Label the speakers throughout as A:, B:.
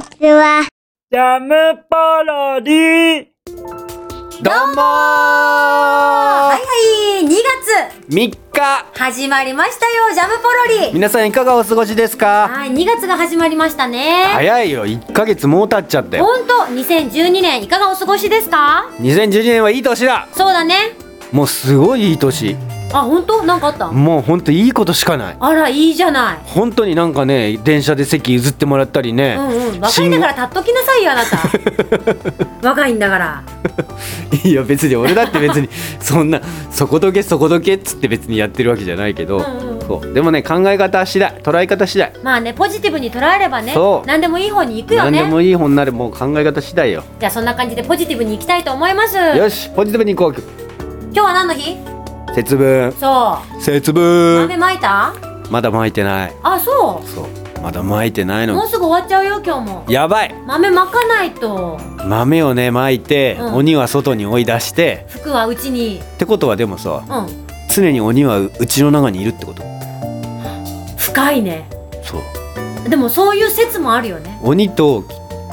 A: ちは。
B: ジャムパロディ
C: どうもー
D: はいはい、2月
C: !3 日
D: 始まりましたよ、ジャムポロリ。
C: 皆さんいかがお過ごしですか
D: はい、2月が始まりましたね。
C: 早いよ、1ヶ月もう経っちゃったよ。
D: 本当、2012年いかがお過ごしですか？
C: 2012年はいい年だ
D: そうだね。
C: もうすごいいい年。
D: あ、本当なんかあった？
C: もうほんといいことしかない。
D: あらいいじゃない。
C: 本当になんかね、電車で席譲ってもらったりね。
D: うんうん、若いんだから立っときなさいよあなた。 若いんだから。
C: 信号 いや別に俺だって別に、 そんな、そこどけそこどけっつって別にやってるわけじゃないけど。
D: うんうん
C: そうでもね、考え方次第、捉え方次第。
D: まあね、ポジティブに捉えればね
C: そ、う
D: 何でもいい方に行くよ
C: 何でも
D: ね。
C: いい本になるもう考え方次第よ。
D: じゃあそんな感じでポジティブに行きたいと思います。今
C: よし、ポジティブに行こう。
D: 日は何の日？
C: 節分。
D: そ
C: 節
D: う。
C: 分
D: 雨まいた？
C: まだ巻いてない
D: あ、そ。
C: そうまだ巻いてないう
D: もう
C: の
D: すぐ終わっちゃうよ今日も。
C: やばい
D: 豆まかないと
C: 豆をね巻いて、
D: うん
C: 鬼は外に追い出して
D: 服はうちに
C: ってことはでもさ
D: うん
C: 常に鬼はううちの中にいるってこと
D: 深いね
C: そう
D: でもそういう説もあるよね
C: 鬼と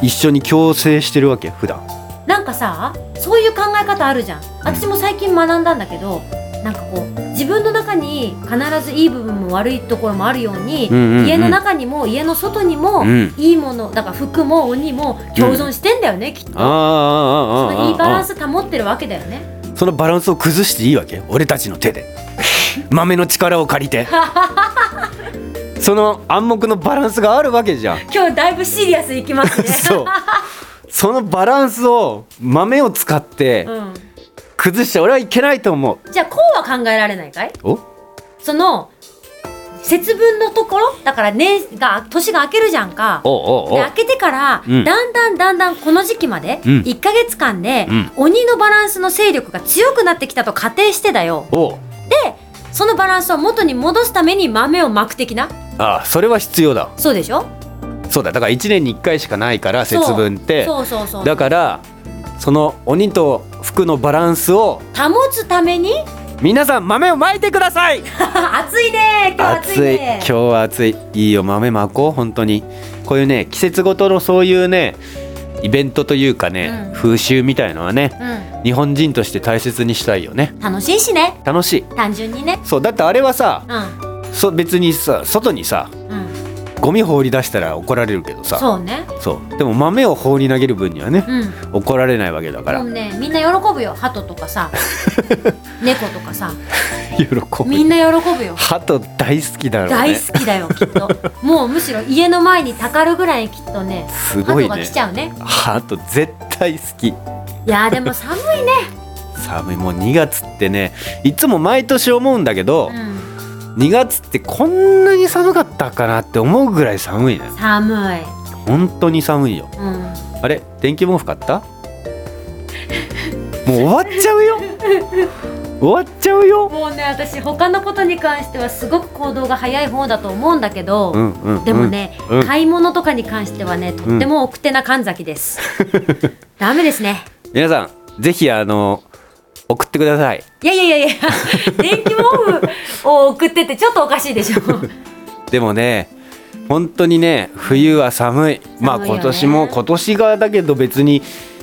C: 一緒に共生してるわけ普段
D: なんかさそういう考え方あるじゃん私も最近学んだんだけどなんかこう自分の中に必ずいい部分も悪いところもあるように、
C: うんうんうん
D: 家の中にも家の外にも、
C: うん
D: いいものだから服も鬼も共存してんだよね、きっと
C: ああ
D: そ
C: ああああ
D: のいいバ
C: あ
D: ラ
C: あ
D: ンス保ってるわけだよね
C: そのバランスを崩していいわけ俺たちの手で 豆の力を借りてその暗黙のバランスがあるわけじ ゃん
D: 今日だいぶシリアスいき ますね
C: そうそのバランスを豆を使って
D: うん、
C: 崩して俺はいけないと思う
D: じゃあこうは考えられないかい
C: お
D: その節分のところだから年が年が明けるじゃんか
C: おうおう
D: で
C: お
D: 明けてから、
C: うん
D: だんだんだんだんこの時期まで、
C: うん
D: 1か月間で、
C: うん
D: 鬼のバランスの勢力が強くなってきたと仮定してだよ
C: おおう
D: そのバランスを元に戻すために豆をまく的な
C: ああそれは必要だ
D: そうでしょ
C: そうだだから1年に1回しかないから
D: そ
C: 節
D: う
C: 分って
D: そうそうそう
C: だからその鬼と服のバランスを
D: 保つために
C: 皆さん豆をまいてください
D: 暑いね今日暑い
C: 暑い今
D: ね
C: 日は暑いいいよ豆まこう本当にこういうね季節ごとのそういうねイベントというかね、
D: うん
C: 風習みたいのはね日本人として大切にしたいよね
D: うん、楽しいしね
C: 楽しい
D: 単純にね
C: そうだってあれはさ
D: うん
C: そ別にさ外にさ
D: うん
C: ゴミ放り出したら怒られるけどさ
D: そうね
C: そうでも豆を放り投げる分にはね、
D: うん
C: 怒られないわけだか
D: でも
C: ら
D: うねみんな喜ぶよ鳩とか さ猫とかさ
C: 喜
D: み
C: ぶ
D: んな喜ぶよ
C: 鳩大好きだろうね
D: 大好きだよきっともうむしろ家の前にたかるぐらいきっとね
C: すごい
D: 鳩が
C: ね
D: 来ちゃうね
C: 鳩絶対好き
D: いやーでも寒いね、
C: 寒いもう2月ってねいつも毎年思うんだけど、
D: うん、
C: 2月ってこんなに寒かったかなって思うぐらい寒いね
D: 寒い、
C: 本当に寒いよ
D: うん、
C: あれ電気毛布 買ったもう終わっちゃうよ終わっちゃうよ
D: もうね私他のことに関してはすごく行動が早い方だと思うんだけど、
C: うんうん、うん、
D: でもね、
C: うん
D: 買い物とかに関してはねとっても奥手な神崎 です、ダメですね
C: 皆さんぜひあの送ってください
D: いやいやい やいや電気毛布を送ってってちょっとおかしいでしょ
C: でもね本当にね冬は寒いまあ
D: 寒いよね
C: 今年も今年がだけど別に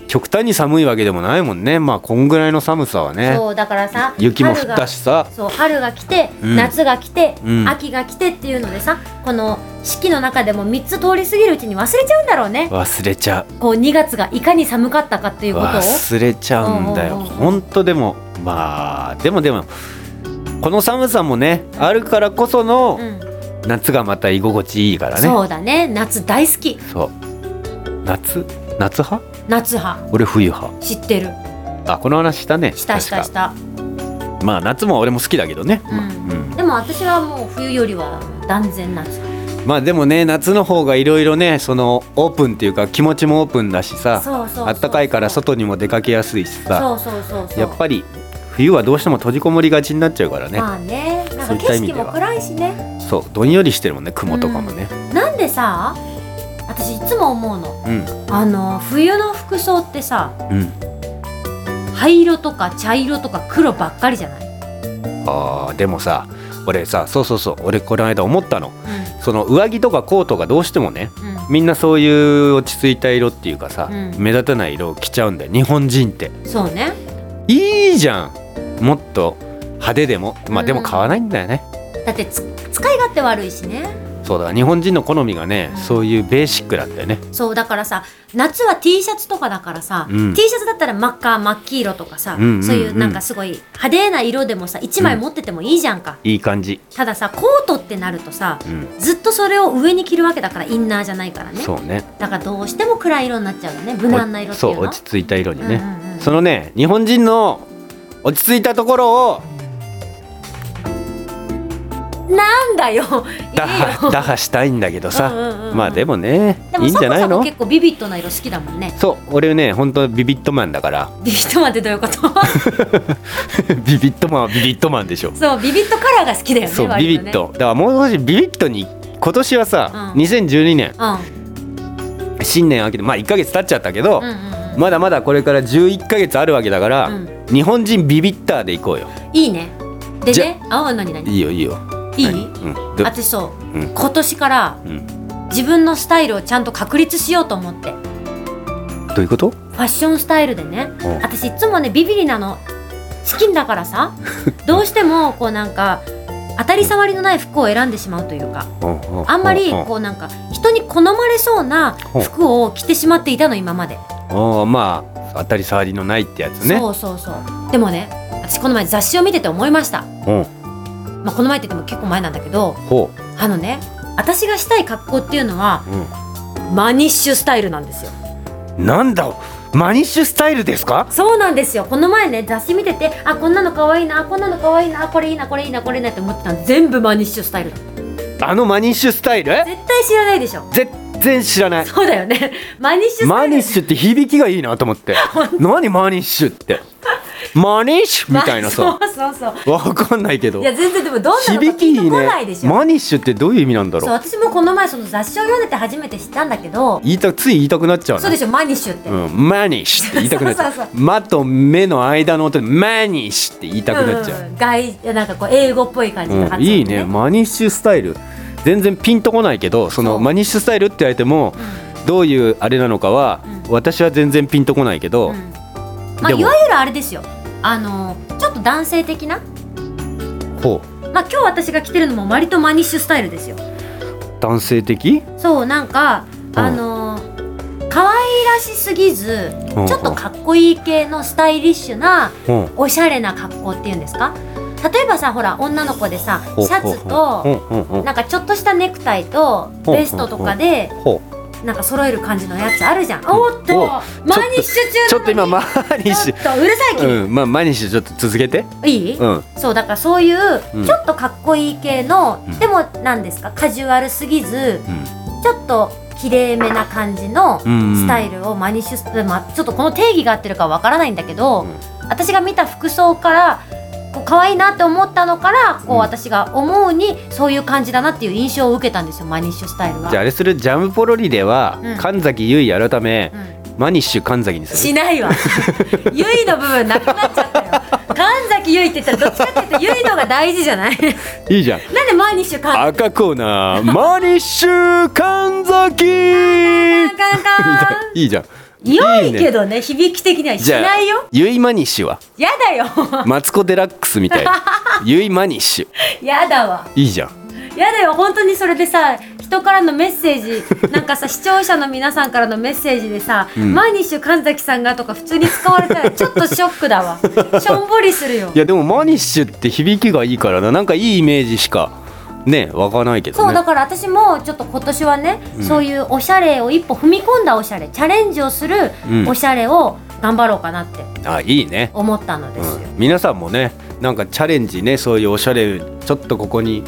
C: 極端に寒いわけでもないもんねまあこんぐらいの寒さはね
D: そうだからさ
C: 雪も降っ
D: 春が
C: たしさ
D: そう春が来て、
C: うん
D: 夏が来て、
C: うん
D: 秋が来てっていうのでさこの四季の中でも3つ通り過ぎるうちに忘れちゃうんだろうね
C: 忘れちゃ
D: こう2月がいかに寒かったかっていううことを
C: 忘れちゃうんだよ
D: うんうんうん
C: 本当でもまあでもでもこの寒さもねあるからこその
D: うん
C: 夏がまた居心地いいからね
D: そうだね夏大好き
C: そう夏夏派
D: 夏派
C: 俺冬派
D: 知ってる
C: あこの話したね
D: したしたし
C: 確
D: た、
C: かまあ夏も俺も好きだけどね、
D: うん
C: うん
D: でも私はもう冬よりは断然夏派
C: まあでもね夏の方がいろいろねそのオープンっていうか気持ちもオープンだしさ
D: そうそうそう
C: あったかいから外にも出かけやすいしさ
D: そうそうそうそう
C: やっぱり冬はどうしても閉じこもりがちになっちゃうからね、
D: まあねなんか
C: そういった
D: 景
C: 意味で
D: 色
C: は
D: も暗いしね
C: そうどんよりしてるもんね雲とかもね、
D: なんでさ私いつも思うの
C: うん
D: あの冬の服装ってさ
C: うん
D: 灰色とか茶色とか黒ばっかりじゃない、
C: あーでもさ俺さそうそうそう俺この間思ったのその上着とかコートがどうしてもね
D: うん
C: みんなそういう落ち着いた色っていうかさ、
D: うん
C: 目立たない色を着ちゃうんだよ日本人って
D: そうね
C: いいじゃんもっと派手でもまあでも買わないんだよね、
D: だってつ使い勝手悪いしね
C: そうだ日本人の好みがね、
D: うん
C: そういうベーシックなんだよね
D: そうだからさ夏は T シャツとかだからさ、
C: うん
D: T シャツだったら真っ赤真っ黄色とかさ、
C: うんうんうん
D: そういうなんかすごい派手な色でもさ1枚持っててもいいじゃんか、
C: いい感じ
D: たださコートってなるとさ
C: うん
D: ずっとそれを上に着るわけだからインナーじゃないからね
C: そうね
D: だからどうしても暗い色になっちゃうよね無難な色ってい
C: そうう
D: の
C: 落ち着いた色にね、
D: うんうんうん
C: そのね日本人の落ち着いたところを
D: なんだよ
C: 打
D: いい
C: 破
D: よ
C: 打破したいんだけどさ、
D: うんうんうんうん
C: まあでもね
D: でも
C: いいんじゃない
D: サボさんも
C: の
D: 結構ビビッドな色好きだもんね
C: そう俺ね本当ビビットマンだから
D: ビビッドマンってどういうこと
C: ビビットマンはビビットマンでしょ、
D: そうビビッドカラーが好きだよね
C: そうビ
D: 割
C: ビ
D: と
C: ッ
D: ね
C: トだからもう少しビビットに今年はさ、
D: うん
C: 2012年
D: うん
C: 新年明けてまあ1ヶ月経っちゃったけど、
D: うんうんうん
C: まだまだこれから11ヶ月あるわけだから、
D: うん
C: 日本人ビビッターでいこうよ
D: いいねで
C: じゃ
D: ね青は何何
C: いいよいいよ
D: いい
C: うんど
D: 私そう、
C: うん
D: 今年から
C: うんど
D: 自分のスタイルをちゃんと確立しようと思ってフ
C: ういうこと
D: ァッションスタイルでね
C: お
D: 私いつもねビビリなのチキンだから さどうしてもこうなんか当たり障りのない服を選んでしまうというかあんまりこうなんか人に好まれそうな服を着てしまっていたの今まで、
C: おまあ当たり障りのないってやつね
D: そうそうそうでもね私この前雑誌を見てて思いました、
C: うん
D: まあ、この前って言っても結構前なんだけど
C: ほ
D: あのね私がしたい格好っていうのは
C: う、う
D: マニッシュスタイルなんですよ
C: ん、なんだマニッシュスタイルですか
D: そうなんですよこの前ね雑誌見ててあこんなの可愛いなあこんなの可愛いなあこれいいなこれいいなこれいいなって思ってたの全部マニッシュスタイルだった
C: あのマニッシュスタイル
D: 絶対知らないでしょ
C: 全然知らない
D: そうだよね マニッシュスタ
C: マ
D: イ
C: ニ
D: ル
C: ッシュって響きがいいなと 思って何マニッシュってマニッシュみたいなさ
D: まあそうそうそ
C: わかんないけど
D: ういや全然でもどんなの
C: 響
D: か
C: き
D: ピ
C: い
D: ン
C: いね
D: とこないでしょ
C: マニッシュってどういう意味なんだ
D: そう
C: ろう
D: 私もこの前その雑誌を読んでて初めて知ったんだけど
C: 言いたつい言いたくなっちゃうね
D: そうでしょマニッシュって、
C: うん、マニッシュって言いたくなっちゃう
D: そうそう
C: マと目の間の音でマニッシュって言いたくなっちゃう、
D: ん、外なんかこう英語っぽい感じの
C: うん
D: 発音、
C: いいねマニッシュスタイル全然ピンとこないけどそ
D: そ
C: の
D: う
C: マニッシュスタイルって言われてもどういうあれなのかは、
D: うん
C: 私は全然ピンとこないけ
D: う
C: ど、
D: んうんまあ
C: でも
D: いわゆるあれですよあのちょっと男性的な
C: ほ
D: まあ今日私が着てるのも割とマニッシュスタイルですよ
C: う男性的
D: そうなんか、
C: ん
D: あの可愛らしすぎず、
C: うん
D: ちょっとかっこいい系のスタイリッシュな
C: うん
D: おしゃれな格好っていうんですか例えばさほら女の子でさシ
C: ほう
D: ャツ
C: ほ
D: と
C: うほうほう
D: なんかちょっとしたネクタイと
C: ほう
D: ベストとかで
C: ほう
D: なんか揃える感じのやつあるじゃんおっと
C: お
D: マニッシュ中
C: ちょっと今マニッ
D: ち
C: シ
D: ょっとうるさい君、
C: ュうんまあマニッシュちょっと続けて
D: いい、
C: うん
D: そうだからそういう
C: うん
D: ちょっとかっこいい系の、
C: うん
D: でもなんですかカジュアルすぎずちょっときれいめな感じの
C: うん
D: スタイルをマニッシュス、まあ、ちょっとこの定義が合ってるかわからないんだけど、
C: うん
D: 私が見た服装からこう可愛いなって思ったのからこう
C: うん
D: 私が思うにそういう感じだなっていう印象を受けたんですよマニッシュスタイルは。
C: じゃああれするジャムポロリでは、
D: うん
C: 神崎優衣改め、
D: うん
C: マニッシュ神崎にす
D: し
C: る
D: ない わゆいの部分なくなっちゃったよ神崎ゆいって言ったらどっちかって言うとゆいのが大事じゃない
C: いいじゃん
D: なんでマーニッシュか
C: 赤コーナーマニッシュ神崎
D: カンカンカン
C: いいじゃん
D: 良いけ
C: ど
D: どね響き的にはしないよ
C: ゆいマニッシュは
D: やだ よ
C: マツコ・デラックスみた いなゆいマニッシュ
D: やだわ
C: いいじゃん
D: やだよ本当にそれでさ人からのメッセージなんかさ視聴者の皆さんからのメッセージでさ「
C: うん
D: マーニッシュ神崎さんが」とか普通に使われたらちょっとショック だわしょんぼりするよ
C: いやでもマニッシュって響きがいいからななんかいいイメージしかねわかないけど
D: そうだ
C: ね
D: から私もちょっと今年はね、そういうおしゃれを一歩踏み込んだおしゃれチャレンジをする
C: うん
D: おしゃれを頑張ろうかなって
C: あいいね、
D: 思ったの
C: う
D: ですよ、
C: ん、皆さんもねなんかチャレンジねそういうおしゃれちょっとここに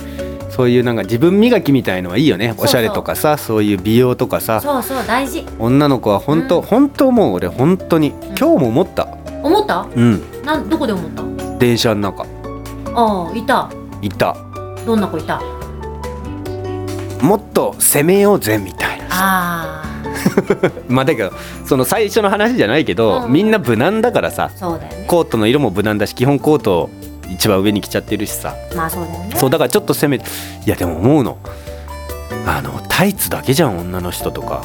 C: そういうなんか自分磨きみたいのはいいよね
D: そう
C: おしゃれとかさそういう美容とかさ
D: そうそう大事
C: 女の子は本当、
D: うん
C: 本当もう俺本当に今日も思った、
D: 思った
C: うん、
D: なんどこで思った
C: 電車の中
D: ああいた
C: いた
D: どんな子いた
C: もっと攻めようぜみたいな
D: あ
C: まあだけどその最初の話じゃないけど、
D: うん
C: みんな無難だからさ
D: あそうだよね
C: コートの色も無難だし基本コート一番上に着ちゃってるしさ
D: まあそうだよね
C: そうだからちょっと攻めいやでも思うのあのタイツだけじゃん女の人とか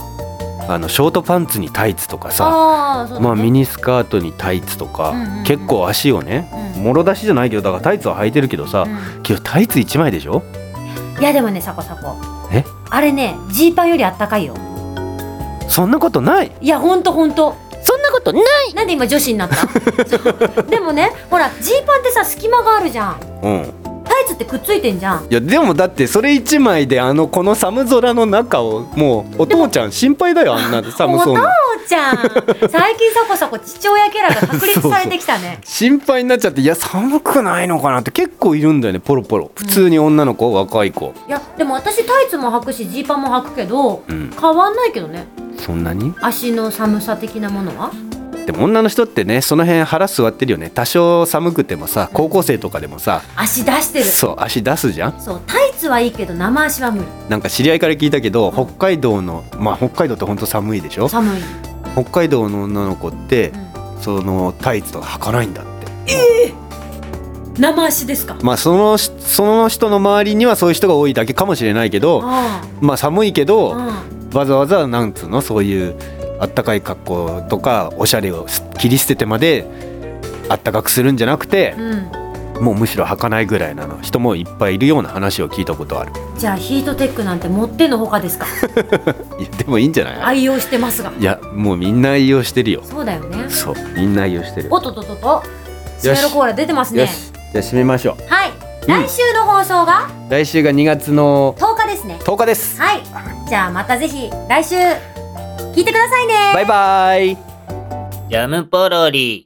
C: あのショートパンツにタイツとかさ
D: ああそうだね
C: まあ、ミニスカートにタイツとか、
D: うんうんうん
C: 結構足をね
D: うん
C: もろ出しじゃないけどだからタイツは履いてるけどさ、
D: う
C: 今日タイツ1枚でしょ
D: んいやでもねサコサコ
C: え
D: あれねジーパンよりあったかいよ
C: そんなことない
D: いやほんとほんと
C: そんなことない、
D: なんで今女子になった そうでもねほらジーパンってさ隙間があるじゃん
C: うん、
D: タイツってくっついてんじゃん
C: いやでもだってそれ1枚であのこの寒空の中をもうお父ちゃん心配だよあんな寒そうな
D: お父ち ゃん最近サコサコ父親キャラが確立されてきたね
C: 心配になっちゃっていや寒くないのかなって結構いるんだよねポロポロ普通に女の子若い子
D: いやでも私タイツも履くしジーパンも履くけど
C: うん
D: 変わんないけどね
C: そんなに
D: 足の寒さ的なものは
C: でも女の人ってねその辺腹座ってるよね多少寒くてもさ高校生とかでもさ
D: 足出してる
C: そう足出すじゃん
D: そうタイツはいいけど生足は無理
C: なんか知り合いから聞いたけど北海道のまあ北海道ってほんと寒いでしょ
D: 寒い、
C: 北海道の女の子って
D: う
C: そのタイツとか履かないんだって
D: ん、生足ですか
C: まあそのしその人の周りにはそういう人が多いだけかもしれないけど
D: あ
C: まあ寒いけ
D: あ、
C: ど
D: う
C: わざわざなんつうのそういうあったかい格好とかおしゃれをす切り捨ててまであったかくするんじゃなくて
D: んうん、
C: もうむしろ履かないぐらいなの人もいっぱいいるような話を聞いたことある
D: じゃあヒートテックなんて持ってのほかですか
C: いやでもいいんじゃない
D: 愛用してますが
C: いやもうみんな愛用してるよ
D: そうだよね
C: そうみんな愛用してる
D: おっとっとっとっとス
C: よ
D: メ
C: し
D: ロコーラ出てます
C: よ
D: ね
C: しじゃあ締めましょう
D: はい、
C: うん
D: 来週の放送が
C: 来週が2月の
D: 10日ですね
C: 10日です
D: はいじゃあまたぜひ来週聞いてくださいね
C: バイバイ
B: ジャムポロリ。